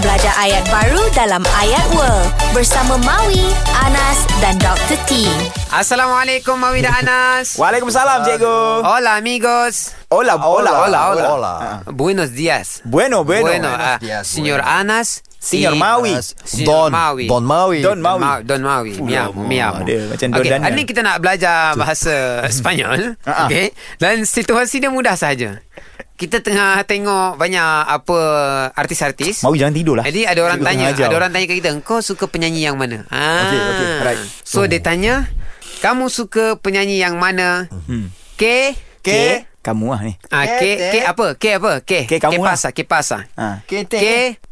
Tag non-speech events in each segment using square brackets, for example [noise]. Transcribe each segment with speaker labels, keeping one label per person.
Speaker 1: Ada ayat baru dalam Ayat World bersama Maui, Anas dan Dr. T.
Speaker 2: Assalamualaikum Mawi dan
Speaker 3: [laughs]
Speaker 2: Anas.
Speaker 3: Waalaikumsalam cikgu.
Speaker 2: Hola amigos.
Speaker 3: Hola, hola,
Speaker 2: hola, hola.
Speaker 3: hola.
Speaker 2: Buenos días.
Speaker 3: Bueno, bueno.
Speaker 2: ah,
Speaker 4: días,
Speaker 2: señor Anas.
Speaker 3: Señor
Speaker 2: y-
Speaker 3: Maui.
Speaker 2: Señor Maui.
Speaker 4: Don Maui.
Speaker 3: Don Maui.
Speaker 2: Ma- Don Maui.
Speaker 3: Fuh,
Speaker 2: Miam,
Speaker 3: lama
Speaker 2: miam.
Speaker 3: dia. Macam Don
Speaker 2: okay,
Speaker 3: Daniel.
Speaker 2: Hari ni kita nak belajar
Speaker 3: [laughs]
Speaker 2: bahasa Sepanyol.
Speaker 3: Ah, ah.
Speaker 2: okay. Dan situasi dia mudah saja. Kita tengah tengok banyak apa artis-artis.
Speaker 3: Maui jangan tidur lah.
Speaker 2: Jadi ada orang
Speaker 3: Cikgu
Speaker 2: tanya,
Speaker 3: tengah ajar.
Speaker 2: ada orang tanya ke kita, "Engkau suka penyanyi yang mana?" Ah.
Speaker 3: Okey, okey, alright. Hmm.
Speaker 2: So dia tanya, "Kamu suka penyanyi yang mana?"
Speaker 3: Hmm.
Speaker 2: K eh,
Speaker 3: Ke? Kamu lah ni.
Speaker 2: Ah, K K apa? K apa? K.
Speaker 3: K
Speaker 2: K
Speaker 3: kamu lah.
Speaker 2: pasa, K pasa.
Speaker 3: Ha.
Speaker 2: K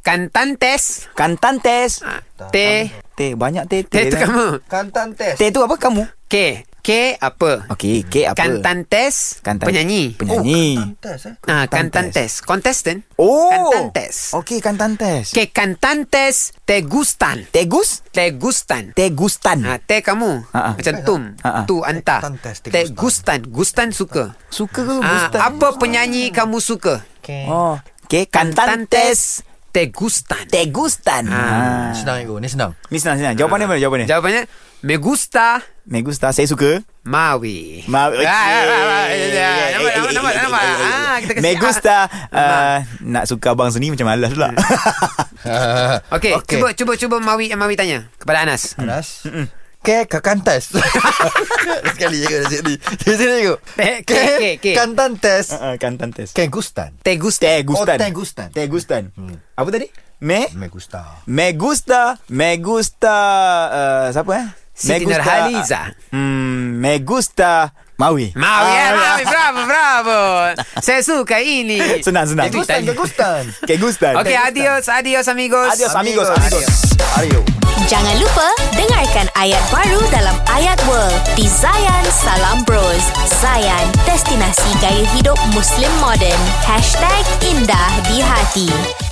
Speaker 2: cantantes.
Speaker 3: Kantantes.
Speaker 2: Ah, T
Speaker 3: Teh banyak teh.
Speaker 2: T itu kamu.
Speaker 4: Kantan tes.
Speaker 3: Teh tu apa kamu?
Speaker 2: K K apa?
Speaker 3: Okey, ke apa?
Speaker 2: Kantantes.
Speaker 3: Kantan.
Speaker 2: Penyanyi.
Speaker 3: Penyanyi.
Speaker 4: Tes eh.
Speaker 2: Ah, cantantes. Contestant.
Speaker 3: Oh.
Speaker 2: Cantantes.
Speaker 3: Okey, kantantes.
Speaker 2: Que cantantes te gustan.
Speaker 3: Teh gus?
Speaker 2: Te gustan.
Speaker 3: Teh gustan.
Speaker 2: Ha, teh kamu
Speaker 3: Ha, ha.
Speaker 2: Macam tum
Speaker 3: Ha, ha.
Speaker 2: Tu anta
Speaker 4: Tan teh, teh
Speaker 2: Teh gustan Gustan suka
Speaker 3: Suka ke
Speaker 2: ha,
Speaker 3: gustan?
Speaker 2: Apa penyanyi kamu suka
Speaker 3: Oh. Ke kantantes.
Speaker 2: Teh gustan
Speaker 3: Teh gustan. Ha.
Speaker 4: Senang ego. Ni senang.
Speaker 3: Ni senang senang. Jawapan dia mana? Jawapan dia.
Speaker 2: Jawapannya Me gusta
Speaker 3: Me gusta. Saya suka.
Speaker 2: Maui
Speaker 3: Ma- Eh,
Speaker 2: Ah, ah, ah, ah, Nampak nampak nampak, nampak. Ah, kita kasi-
Speaker 3: Me gusta uh, Nak suka abang seni Macam malas pula [laughs]
Speaker 2: Ah. Okey okay. cuba cuba cuba Maui Maui tanya kepada Anas
Speaker 3: Hmm.
Speaker 4: Anas. Ke kakan tes. [laughs] Sekali je ke kat sini. Di sini ego.
Speaker 2: Ke- ke- ke- ke.
Speaker 4: Kantan tes.
Speaker 3: Uh, Kantantes
Speaker 4: Ke gustan.
Speaker 2: Teh gusta
Speaker 3: Teh gustan
Speaker 4: Oh, teh gustan.
Speaker 3: Teh gustan Apa tadi? Me
Speaker 4: Me gusta.
Speaker 3: Me gusta Me gusta uh, Siapa eh?
Speaker 2: Siti
Speaker 3: me gusta
Speaker 2: Nurhaliza.
Speaker 3: Hmm Me gusta Maui
Speaker 2: Maui ah, Maui Bravo
Speaker 3: [laughs]
Speaker 2: bravo Saya suka ini
Speaker 3: Senang
Speaker 2: Teh
Speaker 3: senang
Speaker 2: gustan,
Speaker 4: Ke gustan.
Speaker 3: Ke gustan
Speaker 2: Okey adios adios amigos
Speaker 3: Adios amigos Adios
Speaker 4: Ario.
Speaker 1: Jangan lupa dengarkan ayat baru dalam Ayat World di Zayan Salam Bros. Zayan, destinasi gaya hidup Muslim modern. #IndahDiHati